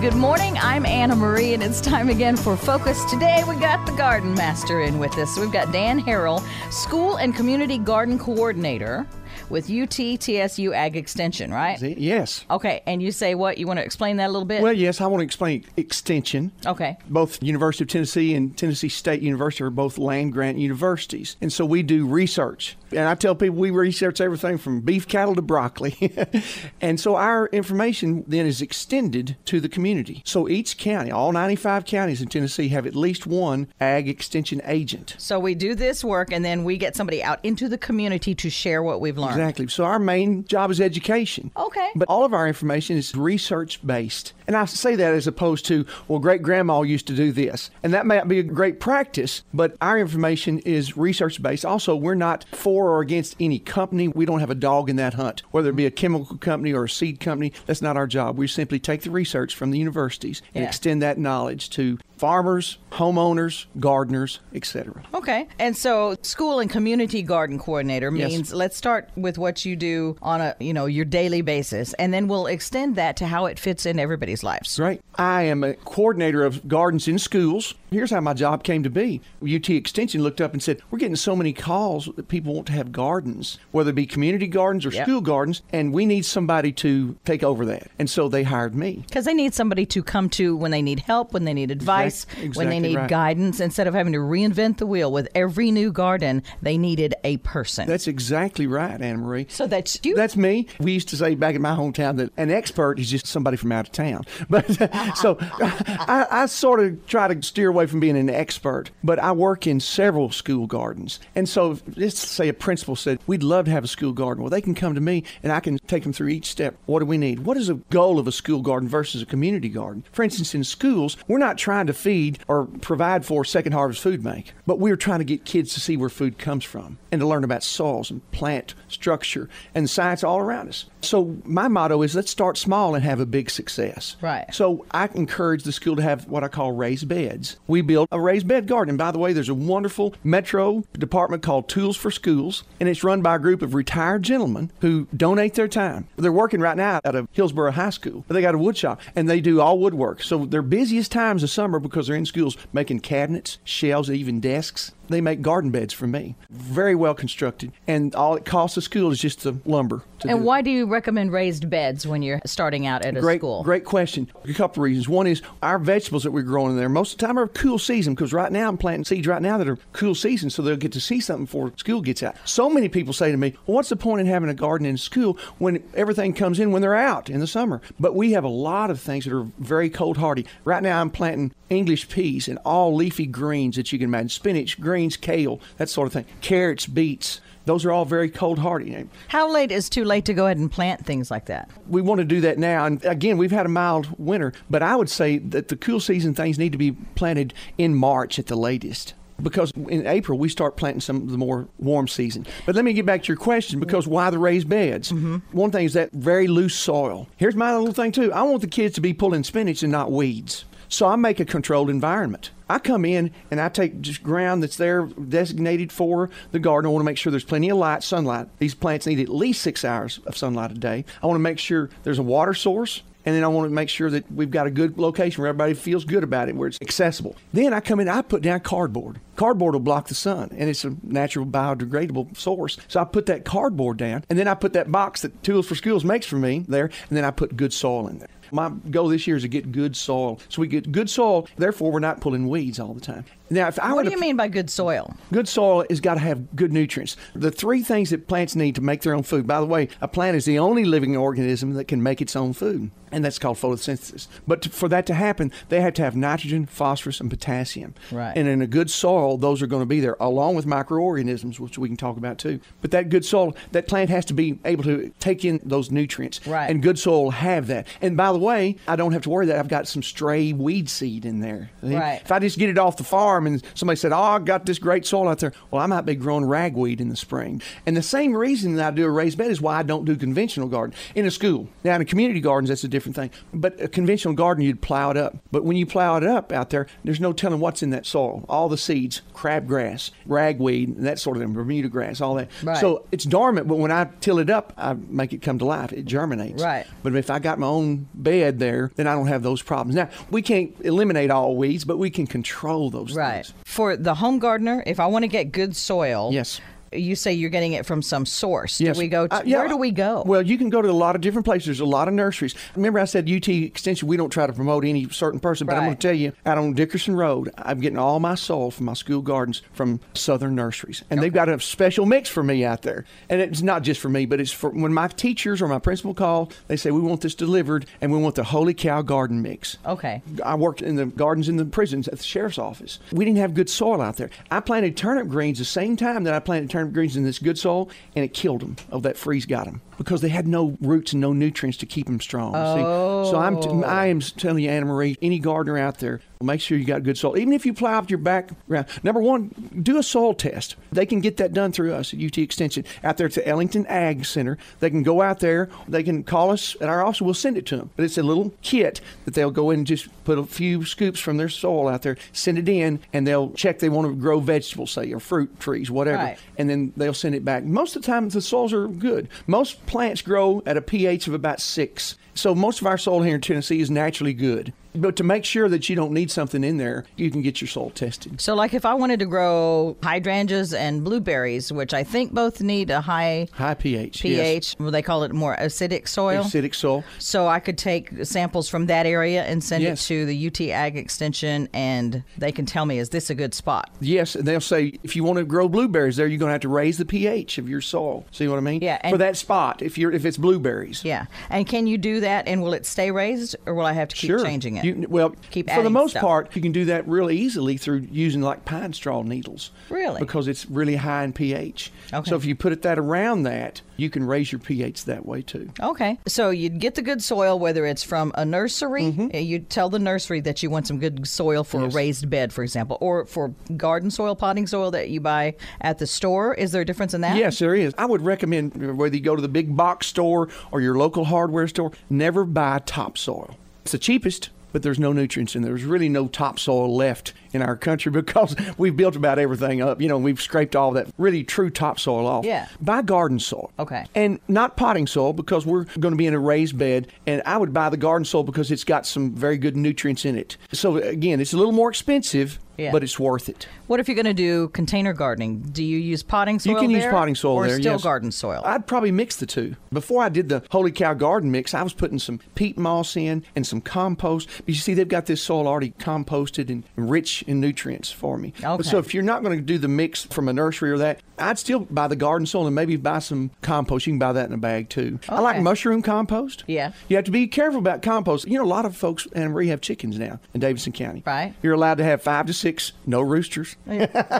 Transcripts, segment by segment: Good morning. I'm Anna Marie, and it's time again for Focus. Today, we got the garden master in with us. We've got Dan Harrell, School and Community Garden Coordinator with UTTSU Ag Extension, right? See, Yes. Okay, and you say what? You want to explain that a little bit? Well, yes, I want to explain extension. Okay. Both University of Tennessee and Tennessee State University are both land grant universities. And so we do research. And I tell people we research everything from beef cattle to broccoli. and so our information then is extended to the community. So each county, all 95 counties in Tennessee, have at least one ag extension agent. So we do this work, and then we get somebody out into the community to share what we've learned. Exactly. So our main job is education. Okay. But all of our information is research based. And I say that as opposed to, well, great grandma used to do this. And that may not be a great practice, but our information is research based. Also, we're not for or against any company. We don't have a dog in that hunt, whether it be a chemical company or a seed company. That's not our job. We simply take the research from the universities and Yeah. extend that knowledge to farmers, homeowners, gardeners, etc. Okay. And so school and community garden coordinator Yes. means let's start with what you do on a, you know, your daily basis and then we'll extend that to how it fits in everybody's lives. Great. I am a coordinator of gardens in schools. Here's how my job came to be. UT Extension looked up and said, We're getting so many calls that people want to have gardens, whether it be community gardens or Yep. school gardens, and we need somebody to take over that. And so they hired me. Because they need somebody to come to when they need help, when they need advice, Exact- when they exactly need right. guidance. Instead of having to reinvent the wheel with every new garden, they needed a person. That's exactly right, Anna Marie. so that's you. That's me. We used to say back in my hometown that an expert is just somebody from out of town. But so I, I sort of try to steer away from being an expert. But I work in several school gardens, and so if- let's say a principal said we'd love to have a school garden. Well, they can come to me, and I can take them through each step. What do we need? What is the goal of a school garden versus a community garden? For instance, in schools, we're not trying to feed or provide for second harvest food bank, but we're trying to get kids to see where food comes from and to learn about soils and plant structure and science all around us. So my motto is let's start small and have a big success. Right. So I encourage the school to have what I call raised beds. We build a raised bed garden. And by the way, there's a wonderful metro department called Tools for Schools, and it's run by a group of retired gentlemen who donate their time. They're working right now out of Hillsborough High School. They got a wood shop and they do all woodwork. So their busiest times of summer because they're in schools making cabinets, shelves, even desks. They make garden beds for me. Very well constructed. And all it costs the school is just the lumber. To do and it. why do you recommend raised beds when you're starting out at a Great, school? great question. A couple of reasons. One is our vegetables that we're growing in there most of the time are cool season because right now I'm planting seeds right now that are cool season, so they'll get to see something before school gets out. So many people say to me, well, "What's the point in having a garden in school when everything comes in when they're out in the summer?" But we have a lot of things that are very cold hardy. Right now I'm planting English peas and all leafy greens that you can imagine: spinach, greens, kale, that sort of thing, carrots, beets. Those are all very cold hardy How late is too late to go ahead and plant things like that? we want to do that now. And again, we've had a mild winter, but I would say that the cool season things need to be planted in March at the latest. Because in April we start planting some of the more warm season. But let me get back to your question because why the raised beds? One thing is that very loose soil. Here's my little thing too. I want the kids to be pulling spinach and not weeds. So I make a controlled environment. I come in and I take just ground that's there designated for the garden. I want to make sure there's plenty of light, sunlight. These plants need at least six hours of sunlight a day. I want to make sure there's a water source. And then I want to make sure that we've got a good location where everybody feels good about it, where it's accessible. Then I come in, I put down cardboard. Cardboard will block the sun, and it's a natural biodegradable source. So I put that cardboard down, and then I put that box that Tools for Schools makes for me there, and then I put good soil in there. My goal this year is to get good soil. So we get good soil, therefore we're not pulling weeds all the time. Now, if I were What to do you mean by good soil? Good soil has got to have good nutrients. The three things that plants need to make their own food. By the way, a plant is the only living organism that can make its own food, and that's called photosynthesis. But to, for that to happen, they have to have nitrogen, phosphorus, and potassium. Right. And in a good soil, those are going to be there, along with microorganisms, which we can talk about too. But that good soil, that plant has to be able to take in those nutrients. Right. And good soil will have that. And by the way, I don't have to worry that I've got some stray weed seed in there. Right. If I just get it off the farm and somebody said, Oh, I got this great soil out there, well, I might be growing ragweed in the spring. And the same reason that I do a raised bed is why I don't do conventional garden in a school. Now, in a community gardens, that's a different thing. But a conventional garden, you'd plow it up. But when you plow it up out there, there's no telling what's in that soil, all the seeds. weeds, crabgrass, ragweed, and that sort of thing, Bermuda grass, all that. Right. So it's dormant, but when I till it up, I make it come to life. It germinates. Right. But if I got my own bed there, then I don't have those problems. Now, we can't eliminate all weeds, but we can control those Right. things. For the home gardener, if I want to get good soil, Yes. you say you're getting it from some source. Yes. Do we go to, Uh, yeah. where do we go? Well, you can go to a lot of different places. There's a lot of nurseries. Remember, I said UT Extension, we don't try to promote any certain person, but I'm Right. going to tell you, out on Dickerson Road, I'm getting all my soil from my school gardens from Southern Nurseries. And they've got a special mix for me out there. And it's not just for me, but it's for when my teachers or my principal call, they say, We want this delivered, and we want the Holy Cow Garden Mix. okay. I worked in the gardens in the prisons at the sheriff's office. We didn't have good soil out there. I planted turnip greens the same time that I planted turnip greens in this good soil, and it killed them. Oh, that freeze got them because they had no roots and no nutrients to keep them strong. See? So I'm t- I am telling you, Anna Marie, any gardener out there, make sure you got good soil. Even if you plow up your background, number one, do a soil test. They can get that done through us at UT Extension out there at the Ellington Ag Center. They can go out there. They can call us at our office. We'll send it to them. But it's a little kit that they'll go in and just put a few scoops from their soil out there, send it in, and they'll check they want to grow vegetables, say, or fruit trees, whatever, Right. and then they'll send it back. Most of the time, the soils are good. Most plants grow at a pH of about six. So most of our soil here in Tennessee is naturally good. But to make sure that you don't need something in there, you can get your soil tested. So, like if I wanted to grow hydrangeas and blueberries, which I think both need a high High pH. yes. pH, well, they call it more acidic soil. Acidic soil. So, I could take samples from that area and send Yes. it to the UT Ag Extension, and they can tell me, is this a good spot? Yes, and they'll say if you want to grow blueberries there, you're going to have to raise the pH of your soil. See what I mean? Yeah, and- For that spot, if you're if it's blueberries. Yeah. And can you do that, and will it stay raised, or will I have to keep Sure. changing it? You- well, Keep for the adding most stuff. part, you can do that really easily through using like pine straw needles. Really? Because it's really high in pH. Okay. So if you put it that around that, you can raise your pH that way too. Okay. So you'd get the good soil, whether it's from a nursery, uh, you tell the nursery that you want some good soil for Mm-hmm. Yes. a raised bed, for example, or for garden soil, potting soil that you buy at the store. Is there a difference in that? Yes, there is. I would recommend whether you go to the big box store or your local hardware store, never buy topsoil. It's the cheapest, but there's no nutrients in there. There's really no topsoil left in our country because we've built about everything up. You know, we've scraped all that really true topsoil off. Yeah. Buy garden soil. Okay. And not potting soil because we're going to be in a raised bed. And I would buy the garden soil because it's got some very good nutrients in it. So again, it's a little more expensive, Yeah. but it's worth it. What if you're going to do container gardening? Do you use potting soil? You can use there potting soil or there, still yes. garden soil. I'd probably mix the two. Before I did the Holy Cow Garden mix, I was putting some peat moss in and some compost. But you see, they've got this soil already composted and rich in nutrients for me. Okay. So if you're not going to do the mix from a nursery or that, I'd still buy the garden soil and maybe buy some compost. You can buy that in a bag too. I like Okay. mushroom compost. Yeah. You have to be careful about compost. You know, a lot of folks and we have chickens now in Davidson County. Right. You're allowed to have five to six, no roosters.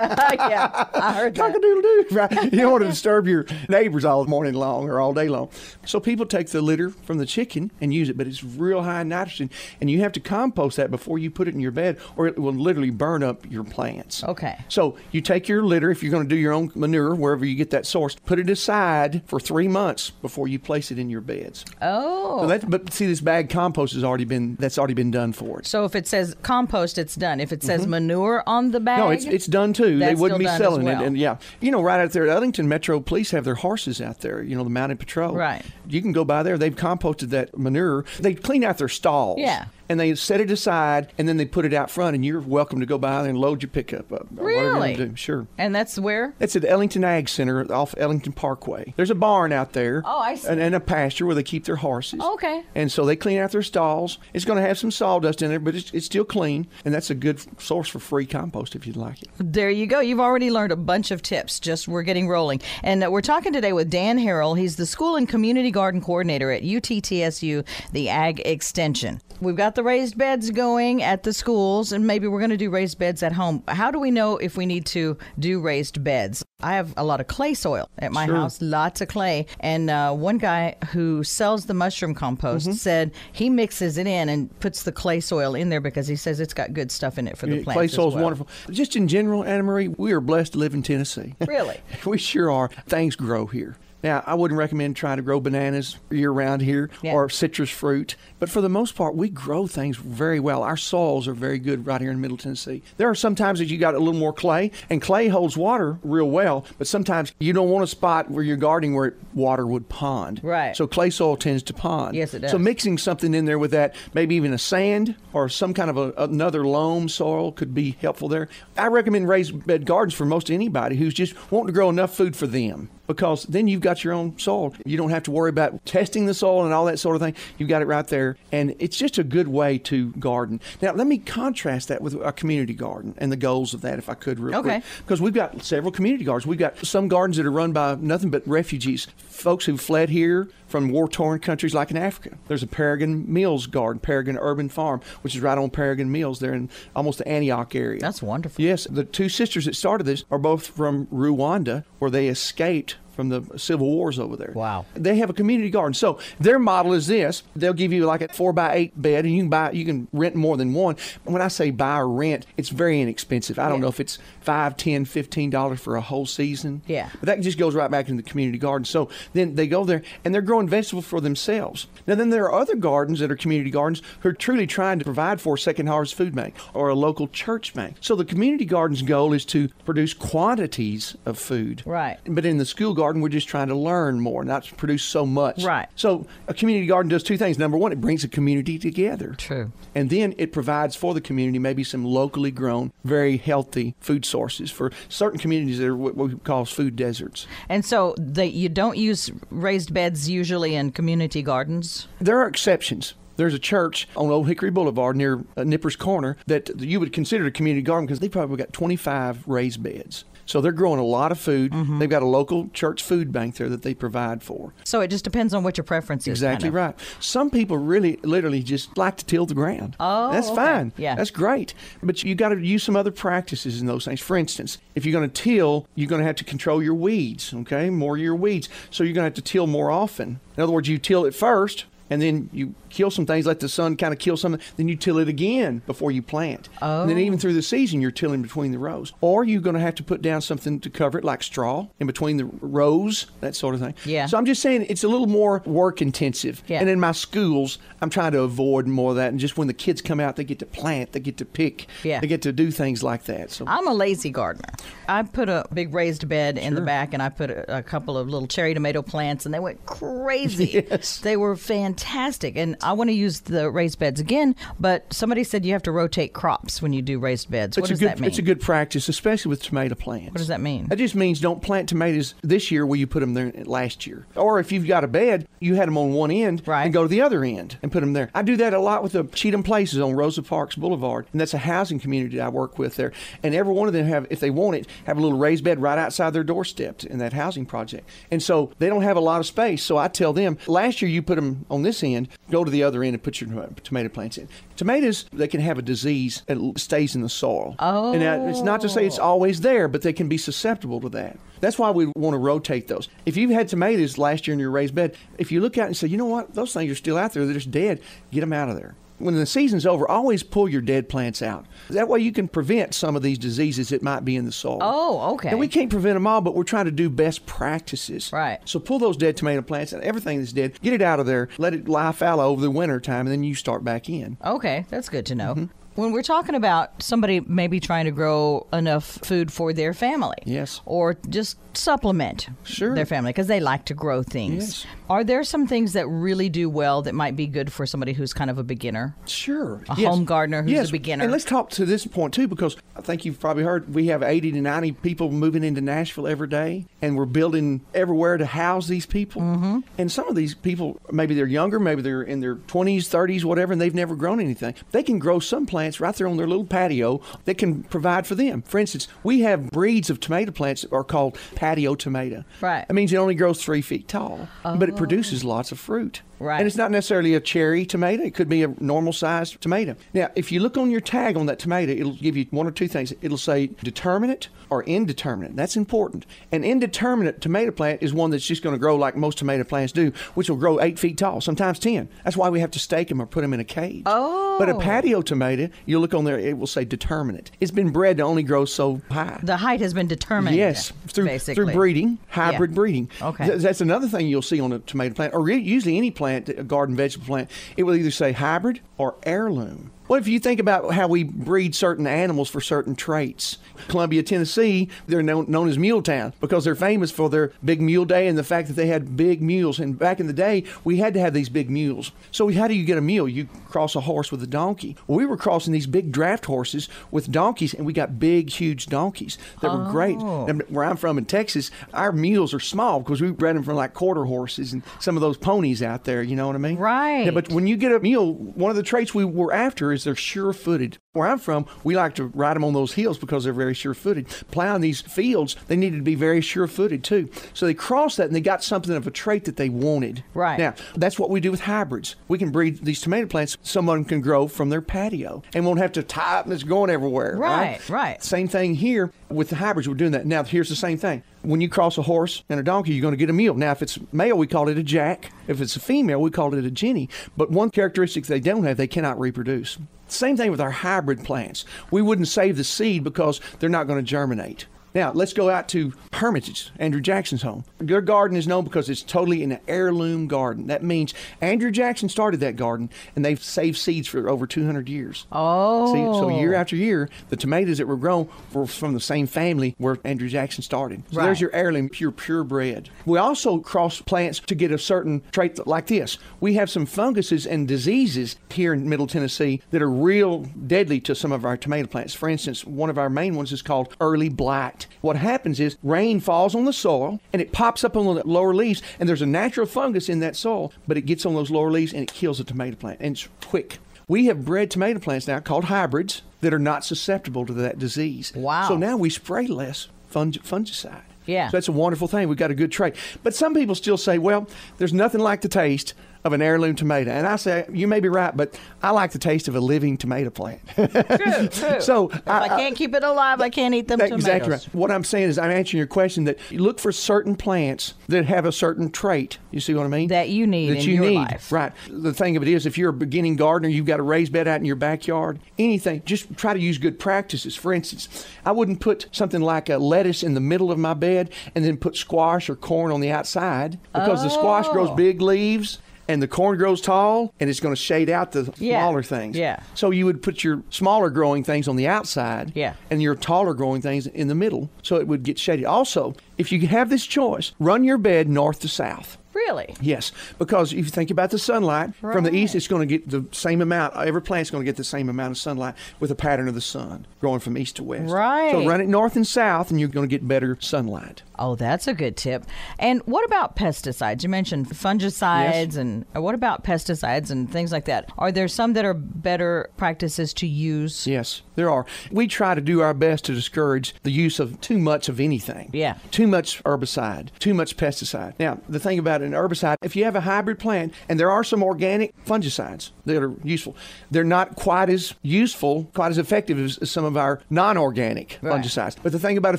yeah, I heard Cock a that. doodle doo, right? You don't want to disturb your neighbors all morning long or all day long. So people take the litter from the chicken and use it, but it's real high in nitrogen, and you have to compost that before you put it in your bed, or it will literally burn up your plants. Okay. So you take your litter, if you're going to do your own manure, wherever you get that source, put it aside for three months before you place it in your beds. Oh. So So, that, but see, this bag compost has already been that's already been done for it. if it says compost, it's done. If it says manure on the bag, Mm-hmm. No, it's it's done too. they That's wouldn't be still done as selling well. it, and yeah, you know, right out there at Ellington, Metro Police have their horses out there. You know, the mounted patrol. Right. You can go by there. They've composted that manure. They clean out their stalls. Yeah. And they set it aside, and then they put it out front, and you're welcome to go by there and load your pickup up. Or Whatever you want to Really? do. Sure. and that's where. It's at Ellington Ag Center off Ellington Parkway. There's a barn out there. Oh, I see. Oh, And, and a pasture where they keep their horses. Okay. And so they clean out their stalls. It's going to have some sawdust in there, but it's, it's still clean. And that's a good source for free compost if you'd like it. There you go. You've already learned a bunch of tips. Just we're getting rolling. And uh, we're talking today with Dan Harrell. He's the School and Community Garden Coordinator at UTTSU, the Ag Extension. We've got the raised beds going at the schools, and maybe we're going to do raised beds at home. How do we know if we need to do raised beds? I have a lot of clay soil at my Sure. house, lots of clay. And uh, one guy who sells the mushroom compost Mm-hmm. said he mixes it in and puts the clay soil in there because he says it's got good stuff in it for the Yeah, plants. Clay as soil's well. wonderful. Just in general, Anna Marie, we are blessed to live in Tennessee. Really? we sure are. Things grow here. Now, I wouldn't recommend trying to grow bananas year round here Yeah. or citrus fruit, but for the most part, we grow things very well. Our soils are very good right here in Middle Tennessee. There are some times that you got a little more clay, and clay holds water real well, but sometimes you don't want a spot where you're gardening where water would pond. Right. So clay soil tends to pond. Yes, it does. So mixing something in there with that, maybe even a sand or some kind of a, another loam soil could be helpful there. I recommend raised bed gardens for most anybody who's just wanting to grow enough food for them because then you've got your own soil. You don't have to worry about testing the soil and all that sort of thing. You've got it right there. And it's just a good way to garden. Now, let me contrast that with a community garden and the goals of that, if I could, real Okay. quick because we've got several community gardens. We've got some gardens that are run by nothing but refugees, folks who fled here from war torn countries like in Africa. There's a Paragon Mills Garden, Paragon Urban Farm, which is right on Paragon Mills there in almost the Antioch area. That's wonderful. Yes, the two sisters that started this are both from Rwanda, where they escaped from the civil wars over there. Wow. They have a community garden. So their model is this: they'll give you like a four by eight bed, and you can buy, you can rent more than one. When I say buy or rent, it's very inexpensive. I don't Yeah. know if it's five, ten, fifteen dollars for a whole season. Yeah. But that just goes right back into the community garden. So then they go there and they're growing vegetables for themselves. Now then there are other gardens that are community gardens who are truly trying to provide for a second harvest food bank or a local church bank. So the community garden's goal is to produce quantities of food. Right. But in the school garden, we're just trying to learn more, not produce so much. Right. So a community garden does two things. Number one, it brings a community together. True. And then it provides for the community maybe some locally grown, very healthy food sources for certain communities that are what we call food deserts. And so they, you don't use raised beds usually in community gardens. There are exceptions. There's a church on Old Hickory Boulevard near uh, Nippers Corner that you would consider a community garden because they probably got 25 raised beds. So they're growing a lot of food. Mm-hmm. They've got a local church food bank there that they provide for. So it just depends on what your preference is. kind Exactly of. right. Some people really, literally, just like to till the ground. Oh, that's okay. fine. Yeah. that's great. But you got to use some other practices in those things. For instance, if you're going to till, you're going to have to control your weeds. Okay, more of your weeds. So you're going to have to till more often. In other words, you till it first. And then you kill some things, let the sun kind of kill something. Then you till it again before you plant. And then Oh. even through the season, you're tilling between the rows. Or you're going to have to put down something to cover it, like straw, in between the rows, that sort of thing. Yeah. So I'm just saying it's a little more work intensive. Yeah. And in my schools, I'm trying to avoid more of that. And just when the kids come out, they get to plant, they get to pick, Yeah. they get to do things like that. So I'm a lazy gardener. I put a big raised bed in the back and I put a, a couple of little cherry tomato plants and they went crazy. Yes. They were fantastic. And I want to use the raised beds again, but somebody said you have to rotate crops when you do raised beds. what it's does a good that mean? it's a good practice, especially with tomato plants. what does that mean? That just means don't plant tomatoes this year where you put them there last year. Or if you've got a bed, you had them on one end Right. and go to the other end and put them there. I do that a lot with the Cheatham Places on Rosa Parks Boulevard, and that's a housing community I work with there. And every one of them have, if they want it, have a little raised bed right outside their doorstep in that housing project. And so they don't have a lot of space. So I tell them, last year you put them on this end, go to the other end and put your tom- tomato plants in. Tomatoes, they can have a disease that l- stays in the soil. Oh. And that- it's not to say it's always there, but they can be susceptible to that. That's why we want to rotate those. If you've had tomatoes last year in your raised bed, if you look out and say, you know what, those things are still out there, they're just dead, get them out of there. When the season's over, always pull your dead plants out. That way you can prevent some of these diseases that might be in the soil. Oh, okay. And we can't prevent them all, but we're trying to do best practices. Right. So pull those dead tomato plants and everything that's dead, get it out of there, let it lie fallow over the winter time, and then you start back in. Okay, that's good to know. Mm-hmm. When we're talking about somebody maybe trying to grow enough food for their family, Yes. or just supplement Sure. their family because they like to grow things. Yes. Are there some things that really do well that might be good for somebody who's kind of a beginner? Sure. A home gardener who's a beginner. And let's talk to this point too, because I think you've probably heard we have 80 to 90 people moving into Nashville every day, and we're building everywhere to house these people. Mm-hmm. And some of these people, maybe they're younger, maybe they're in their 20s, 30s, whatever, and they've never grown anything. They can grow some plants right there on their little patio that can provide for them. For instance, we have breeds of tomato plants that are called patio tomato. Right. Oh. That means it only grows three feet tall, but it produces lots of fruit. Right. And it's not necessarily a cherry tomato. It could be a normal sized tomato. Now, if you look on your tag on that tomato, it'll give you one or two things. It'll say determinate or indeterminate. That's important. An indeterminate tomato plant is one that's just going to grow like most tomato plants do, which will grow eight feet tall, sometimes 10. That's why we have to stake them or put them in a cage. Oh. But a patio tomato you look on there, it will say determinate. It's been bred to only grow so high. The height has been determined. Yes, through basically. through breeding, hybrid Yeah. breeding. Okay. Th- that's another thing you'll see on a tomato plant, or re- usually any plant, a garden vegetable plant. It will either say hybrid or heirloom. Well, if you think about how we breed certain animals for certain traits, Columbia, Tennessee, they're known, known as Mule Town because they're famous for their big mule day and the fact that they had big mules. And back in the day, we had to have these big mules. So, how do you get a mule? You cross a horse with a donkey. Well, we were crossing these big draft horses with donkeys, and we got big, huge donkeys that were great. Oh. And where I'm from in Texas, our mules are small because we bred them from like quarter horses and some of those ponies out there. You know what I mean? Right. Yeah, but when you get a mule, one of the traits we were after is they're sure-footed. Where I'm from, we like to ride them on those hills because they're very sure-footed. Plowing these fields, they needed to be very sure-footed too. So they crossed that and they got something of a trait that they wanted. Right. Now that's what we do with hybrids. We can breed these tomato plants. Someone can grow from their patio and won't have to tie up and it's going everywhere. Right, right. Same thing here with the hybrids. We're doing that. Now, here's the same thing. When you cross a horse and a donkey, you're going to get a mule. Now, if it's male, we call it a jack. If it's a female, we call it a jenny. But one characteristic they don't have, they cannot reproduce. Same thing with our hybrid plants. We wouldn't save the seed because they're not going to germinate. Now, let's go out to Hermitage, Andrew Jackson's home. Their garden is known because it's totally an heirloom garden. That means Andrew Jackson started that garden and they've saved seeds for over 200 years. Oh. See, so year after year, the tomatoes that were grown were from the same family where Andrew Jackson started. So Right. there's your heirloom, pure purebred. We also cross plants to get a certain trait th- like this. We have some funguses and diseases here in Middle Tennessee that are real deadly to some of our tomato plants. For instance, one of our main ones is called early blight. What happens is rain falls on the soil and it pops up on the lower leaves, and there's a natural fungus in that soil, but it gets on those lower leaves and it kills the tomato plant, and it's quick. We have bred tomato plants now called hybrids that are not susceptible to that disease. Wow. So now we spray less fung- fungicide. Yeah. So that's a wonderful thing. We've got a good trait. But some people still say, well, there's nothing like the taste of an heirloom tomato. And I say, you may be right, but I like the taste of a living tomato plant. True, true. So, if I- I, can't keep it alive, I can't eat them That- tomatoes. Exactly right. What I'm saying is, I'm answering your question that you look for certain plants that have a certain trait. You see what I mean? That you need That in you your need. life. Right. The thing of it is, if you're a beginning gardener, you've got a raised bed out in your backyard, anything, just try to use good practices. For instance, I wouldn't put something like a lettuce in the middle of my bed and then put squash or corn on the outside because the squash grows Oh. big leaves. And the corn grows tall, and it's going to shade out the Yeah. smaller things. Yeah. So you would put your smaller growing things on the outside, Yeah. and your taller growing things in the middle, so it would get shaded. Also, if you have this choice, run your bed north to south. Really? Yes, because if you think about the sunlight from the east, Right. it's going to get the same amount. Every plant's going to get the same amount of sunlight with a pattern of the sun growing from east to west. Right. So run it north and south, and you're going to get better sunlight. Oh, that's a good tip. And what about pesticides? You mentioned fungicides, and uh, what about pesticides and things like that? Are there some that are better practices to use? Yes, there are. We try to do our best to discourage the use of too much of anything. Yeah. Too much herbicide, too much pesticide. Now, the thing about an herbicide, if you have a hybrid plant, and there are some organic fungicides that are useful, they're not quite as useful, quite as effective as, as some of our non organic Right. fungicides. But the thing about a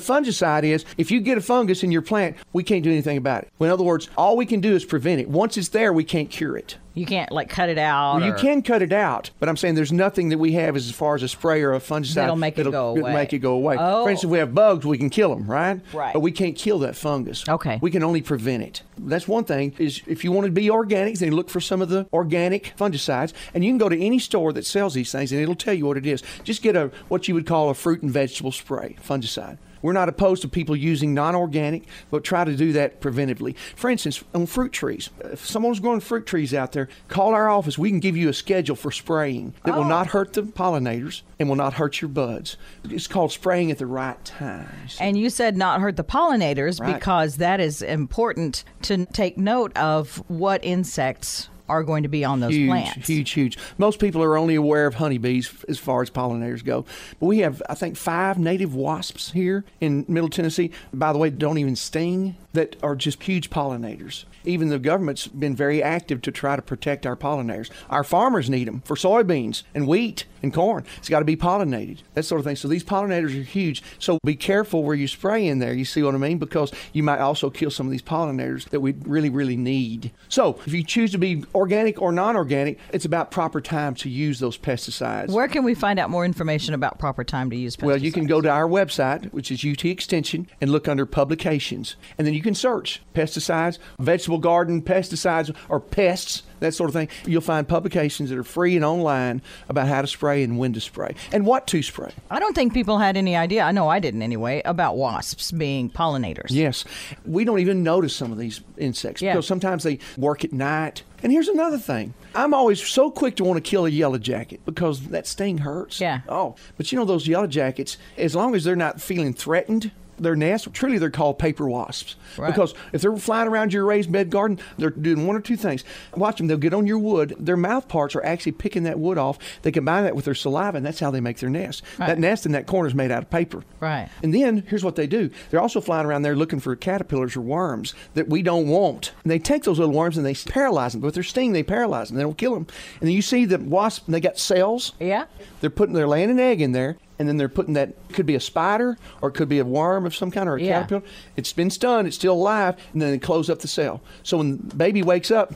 fungicide is if you get a fungus in your plant, we can't do anything about it. Well, in other words, all we can do is prevent it. Once it's there, we can't cure it. You can't like cut it out. Well, you or- can cut it out, but I'm saying there's nothing that we have as far as a spray or a fungicide That'll make it go that'll away. Make it go away. Oh. For instance, we have bugs, we can kill them, right? Right. But we can't kill that fungus. Okay. We can only prevent it. That's one thing. Is if you want to be organic, then look for some of the organic fungicides, and you can go to any store that sells these things, and it'll tell you what it is. Just get a what you would call a fruit and vegetable spray fungicide. We're not opposed to people using non organic, but try to do that preventively. For instance, on fruit trees, if someone's growing fruit trees out there, call our office. We can give you a schedule for spraying that will not hurt the pollinators and will not hurt your buds. It's called spraying at the right time. And you said not hurt the pollinators Right. because that is important to n- take note of what insects are going to be on those huge, plants. Huge, huge. Most people are only aware of honeybees f- as far as pollinators go. But we have, I think, five native wasps here in Middle Tennessee. By the way, don't even sting, that are just huge pollinators. Even the government's been very active to try to protect our pollinators. Our farmers need them for soybeans and wheat and corn. It's got to be pollinated, that sort of thing. So these pollinators are huge. So be careful where you spray in there. You see what I mean? Because you might also kill some of these pollinators that we really, really need. So if you choose to be organic or non-organic, it's about proper time to use those pesticides. Where can we find out more information about proper time to use pesticides? Well, you can go to our website, which is UT Extension, and look under publications. And then you can search pesticides, vegetable garden pesticides, or pests, that sort of thing. You'll find publications that are free and online about how to spray and when to spray and what to spray. I don't think people had any idea. I know I didn't anyway about wasps being pollinators. Yes. We don't even notice some of these insects Yeah. because sometimes they work at night. And here's another thing. I'm always so quick to want to kill a yellow jacket because that sting hurts. Yeah. Oh, but you know those yellow jackets, as long as they're not feeling threatened, their nest, truly they're called paper wasps. Right. Because if they're flying around your raised bed garden, they're doing one or two things. Watch them, they'll get on your wood. Their mouth parts are actually picking that wood off. They combine that with their saliva, and that's how they make their nest. Right. That nest in that corner is made out of paper. Right. And then here's what they do they're also flying around there looking for caterpillars or worms that we don't want. And they take those little worms and they paralyze them. With their sting, they paralyze them. They don't kill them. And then you see the wasp, and they got cells. Yeah. They're putting, they're laying an egg in there, and then they're putting that, could be a spider or it could be a worm of some kind or a Yeah. caterpillar. It's been stung, it's still alive, and then they close up the cell. So when the baby wakes up,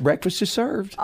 breakfast is served.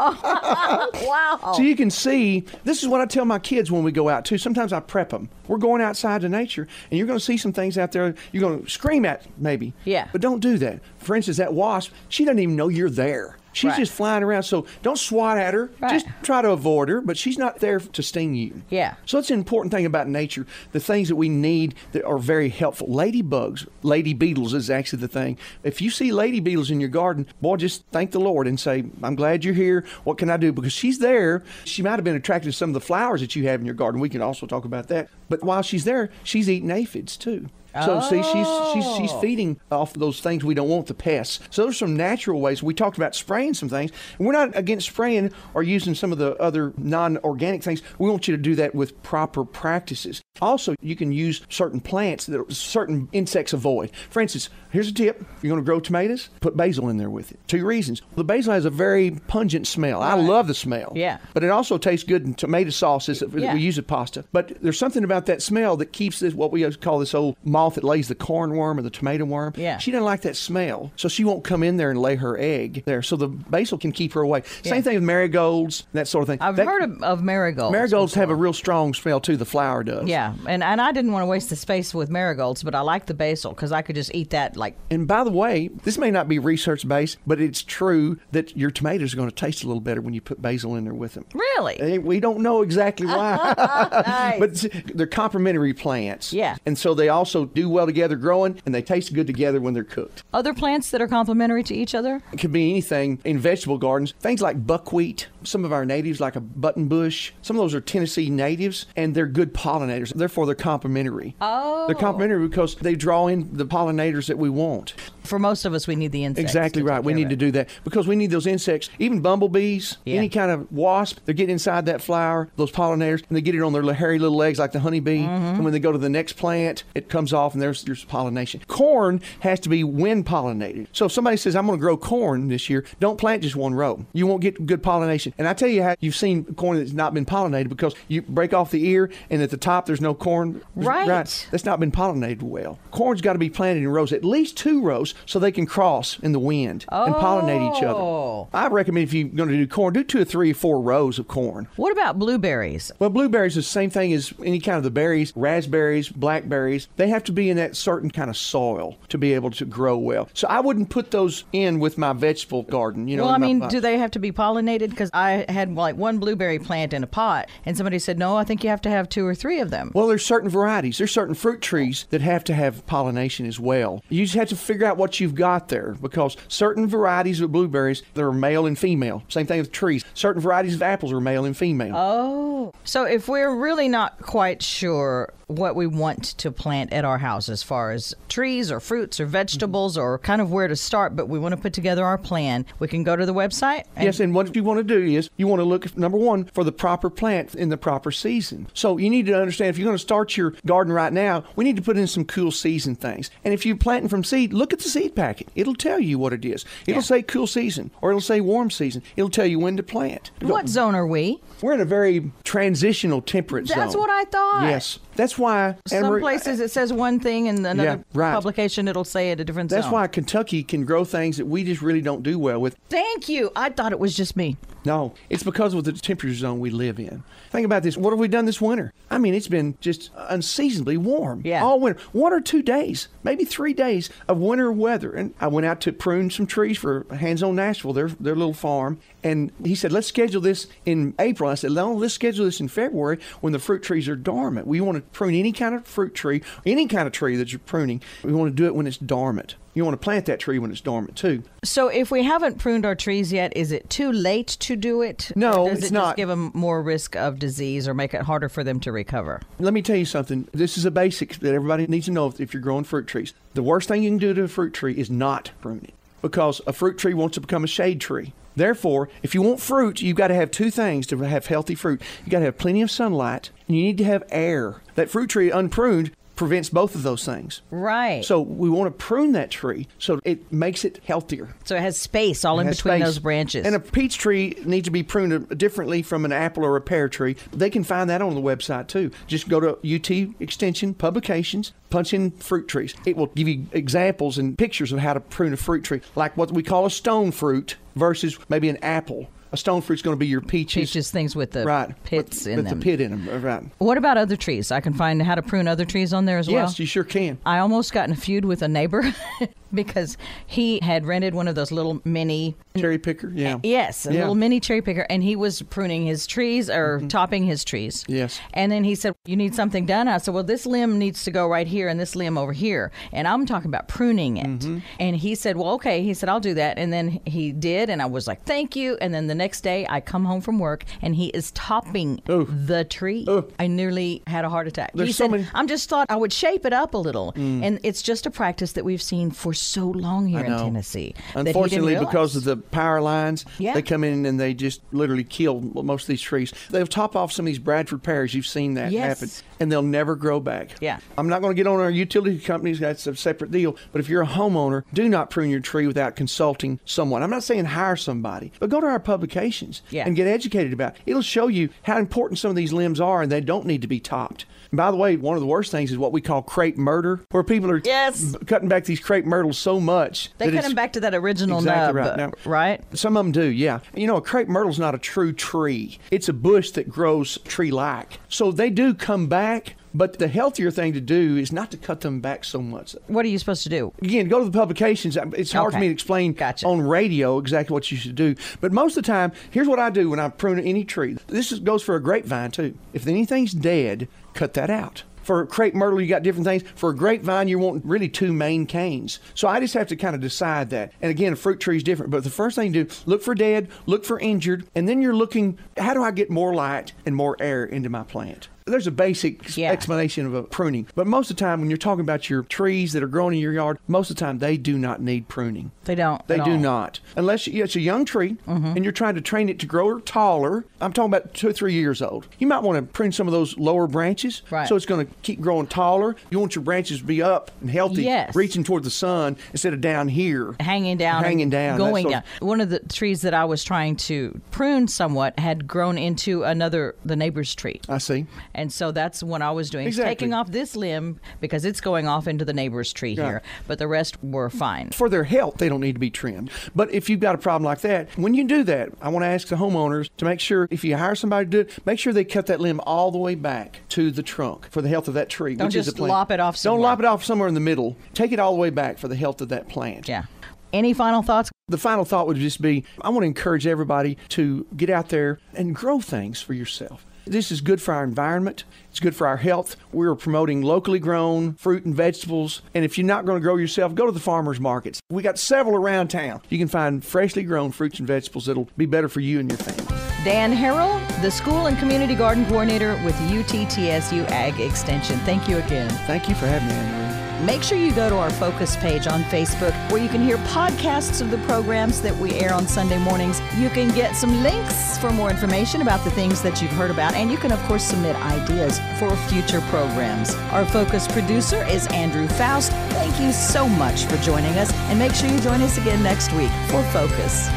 Wow. So you can see, this is what I tell my kids when we go out too. Sometimes I prep them. We're going outside to nature, and you're going to see some things out there you're going to scream at, maybe. Yeah. But don't do that. For instance, that wasp, she doesn't even know you're there. She's Right. just flying around, so don't swat at her. Right. Just try to avoid her, but she's not there to sting you. Yeah. So it's an important thing about nature. The things that we need that are very helpful. Ladybugs, lady beetles is actually the thing. If you see lady beetles in your garden, boy, just thank the Lord and say, I'm glad you're here. What can I do? Because she's there. She might have been attracted to some of the flowers that you have in your garden. We can also talk about that. But while she's there, she's eating aphids too. So see, she's she's she's feeding off those things we don't want, the pests. So there's some natural ways. We talked about spraying some things. And we're not against spraying or using some of the other non-organic things. We want you to do that with proper practices. Also, you can use certain plants that certain insects avoid. For instance, here's a tip. You're going to grow tomatoes, put basil in there with it. Two reasons. The basil has a very pungent smell. I love the smell. Yeah. But it also tastes good in tomato sauces that Yeah. we use a pasta. But there's something about that smell that keeps this what we call this old moth that lays the cornworm or the tomato worm. Yeah. She doesn't like that smell, so she won't come in there and lay her egg there. So the basil can keep her away. Yeah. Same thing with marigolds, that sort of thing. I've That- heard of, of marigolds. marigolds have a real strong smell too. The flower does. Yeah, and, and I didn't want to waste the space with marigolds, but I like the basil because I could just eat that like And by the way, this may not be research based, but it's true that your tomatoes are going to taste a little better when you put basil in there with them. really. Eh, We don't know exactly why, Nice. but s- they're complementary plants. Yeah. and so they also do well together growing, and they taste good together when they're cooked. Other plants that are complementary to each other. It could be anything in vegetable gardens. Things like buckwheat, some of our natives like a button bush. Some of those are Tennessee natives, and they're good pollinators. Therefore, they're complementary. Oh. they're complementary because they draw in the pollinators that we want. For most of us, we need the insects. Exactly to take right. We care need of to it. do that because we need those insects, even bumblebees, Yeah. any kind of wasp. They're getting inside that flower, those pollinators, and they get it on their li- hairy little legs like the honeybee. Mm-hmm. And when they go to the next plant, it comes off and there's, there's pollination. Corn has to be wind pollinated. So if somebody says, I'm going to grow corn this year, don't plant just one row. You won't get good pollination. And I tell you how you've seen corn that's not been pollinated because you break off the ear and at the top there's no corn. Right. That's not been pollinated well. Corn's got to be planted in rows, at least two rows, so they can cross in the wind and pollinate each Oh. other. I recommend if you're going to do corn, do two or three or four rows of corn. What about blueberries? Well, blueberries is the same thing as any kind of the berries, raspberries, blackberries. They have to be in that certain kind of soil to be able to grow well. So I wouldn't put those in with my vegetable garden. You know, well, I in my- mean, my- do they have to be pollinated? Because I had like one blueberry plant in a pot, and somebody said, "No, I think you have to have two or three of them." Well, there's certain varieties. There's certain fruit trees that have to have pollination as well. You just have to figure out what you've got there because certain varieties of blueberries, they're male and female. Same thing with trees. Certain varieties of apples are male and female. Oh, so if we're really not quite sure what we want to plant at our house as far as trees or fruits or vegetables Mm-hmm. or kind of where to start, but we want to put together our plan, we can go to the website. And Yes, and what you want to do is you want to look number one for the proper plant in the proper season. So you need to understand if you're going to start your garden right now, we need to put in some cool season things. And if you're planting from seed, look at the seed packet. It'll tell you what it is. It'll say cool season or it'll say warm season. It'll tell you when to plant. What zone are we? We're in a very transitional temperate zone. That's what I thought. Yes. That's That's why Anna Some Marie- places it says one thing, and another Yeah, right. publication it'll say it a different. That's zone. why Kentucky can grow things that we just really don't do well with. Thank you. I thought it was just me. No, it's because of the temperature zone we live in. Think about this. What have we done this winter? I mean, it's been just unseasonably warm Yeah. all winter. One or two days, maybe three days of winter weather. And I went out to prune some trees for Hands on Nashville, their, their little farm. And he said, let's schedule this in April. I said, no, let's schedule this in February when the fruit trees are dormant. We want to prune any kind of fruit tree, any kind of tree that you're pruning. We want to do it when it's dormant. You want to plant that tree when it's dormant, too. So if we haven't pruned our trees yet, is it too late to do it? No, or does it's it Just not. give them more risk of disease or make it harder for them to recover. Let me tell you something. This is a basic that everybody needs to know if, if you're growing fruit trees. The worst thing you can do to a fruit tree is not prune it because a fruit tree wants to become a shade tree. Therefore, if you want fruit, you've got to have two things to have healthy fruit. You've got to have plenty of sunlight and you need to have air. That fruit tree, unpruned, prevents both of those things. Right. So we want to prune that tree so it makes it healthier. So it has space all in Has between space. those branches. And a peach tree needs to be pruned differently from an apple or a pear tree. They can find that on the website too. Just go to UT Extension Publications, punch in fruit trees. It will give you examples and pictures of how to prune a fruit tree, like what we call a stone fruit versus maybe an apple. A stone fruit's going to be your peaches. Teaches things with the Right, pits with, in with them. the pit in them, right? What about other trees? I can find how to prune other trees on there as well. Yes, you sure can. I almost got in a feud with a neighbor because he had rented one of those little mini Cherry picker, yeah. Yes, a Yeah. Mm-hmm. little mini cherry picker, and he was pruning his trees or topping his trees. Yes. And then he said, "You need something done." I said, "Well, this limb needs to go right here, and this limb over here." And I'm talking about pruning it. Mm-hmm. And he said, "Well, okay." He said, "I'll do that." And then he did, and I was like, "Thank you." And then the next day, I come home from work, and he is topping the tree. I nearly had a heart attack. he There's so said, many- Mm. "I'm just thought I would shape it up a little," and it's just a practice that we've seen for so long here in know. Tennessee. that he didn't Unfortunately, realize. because of the power lines, Yeah. they come in and they just literally kill m- most of these trees. They'll top off some of these Bradford pears. You've seen that Yes. happen, and they'll never grow back. Yeah. I'm not going to get on our utility companies. That's a separate deal. But if you're a homeowner, do not prune your tree without consulting someone. I'm not saying hire somebody, but go to our publications Yeah. and get educated about. It. It'll show you how important some of these limbs are, and they don't need to be topped. And by the way, one of the worst things is what we call crepe murder, where people are Yes. b- cutting back these crepe myrtles so much They that cut it's- him back to that original Exactly nub, right. Now- right? Some of them do, yeah. You know, a crepe myrtle's not a true tree. It's a bush that grows tree-like. So they do come back, but the healthier thing to do is not to cut them back so much. What are you supposed to do? Again, go to the publications. I- It's hard for Okay. me to explain Gotcha. on radio exactly what you should do. But most of the time, here's what I do when I prune any tree. This is, goes for a grapevine too. If anything's dead, cut that out. For a crepe myrtle, you got different things. For a grapevine, you want really two main canes. So I just have to kind of decide that. And again, a fruit tree is different. But the first thing to do, look for dead, look for injured, and then you're looking, how do I get more light and more air into my plant? There's a basic Yeah. explanation explanation of a pruning. But most of the time, when you're talking about your trees that are growing in your yard, most of the time they do not need pruning. They don't. They at do all. Mm-hmm. not. Unless you, it's a young tree and you're trying to train it to grow taller. I'm talking about two or three years old. You might want to prune some of those lower branches. Right. So it's going to keep growing taller. You want your branches to be up and healthy, Yes. reaching toward the sun instead of down here. Hanging down, and Hanging down. that going sort down. of- One of the trees that I was trying to prune somewhat had grown into another, the neighbor's tree, I see. and so that's what I was doing, is Uh. Exactly. taking off this limb because it's going off into the neighbor's tree Yeah. here, but the rest were fine. for their health, they don't need to be trimmed. But if you've got a problem like that, when you do that, I want to ask the homeowners to make sure if you hire somebody to do it, make sure they cut that limb all the way back to the trunk for the health of that tree. Don't which is just the plant. lop it off Don't somewhere. lop it off somewhere in the middle. Take it all the way back for the health of that plant. Yeah. Any final thoughts? The final thought would just be I want to encourage everybody to get out there and grow things for yourself. This is good for our environment. It's good for our health. We're promoting locally grown fruit and vegetables. And if you're not going to grow yourself, go to the farmers markets. We got several around town. You can find freshly grown fruits and vegetables that'll be better for you and your family. Dan Harrell, the School and Community Garden Coordinator with UTTSU Ag Extension. Thank you again. Thank you for having me, Anne Marie. Make sure you go to our Focus page on Facebook where you can hear podcasts of the programs that we air on Sunday mornings. You can get some links for more information about the things that you've heard about, and you can, of course, submit ideas for future programs. Our Focus producer is Andrew Faust. Thank you so much for joining us, and make sure you join us again next week for Focus.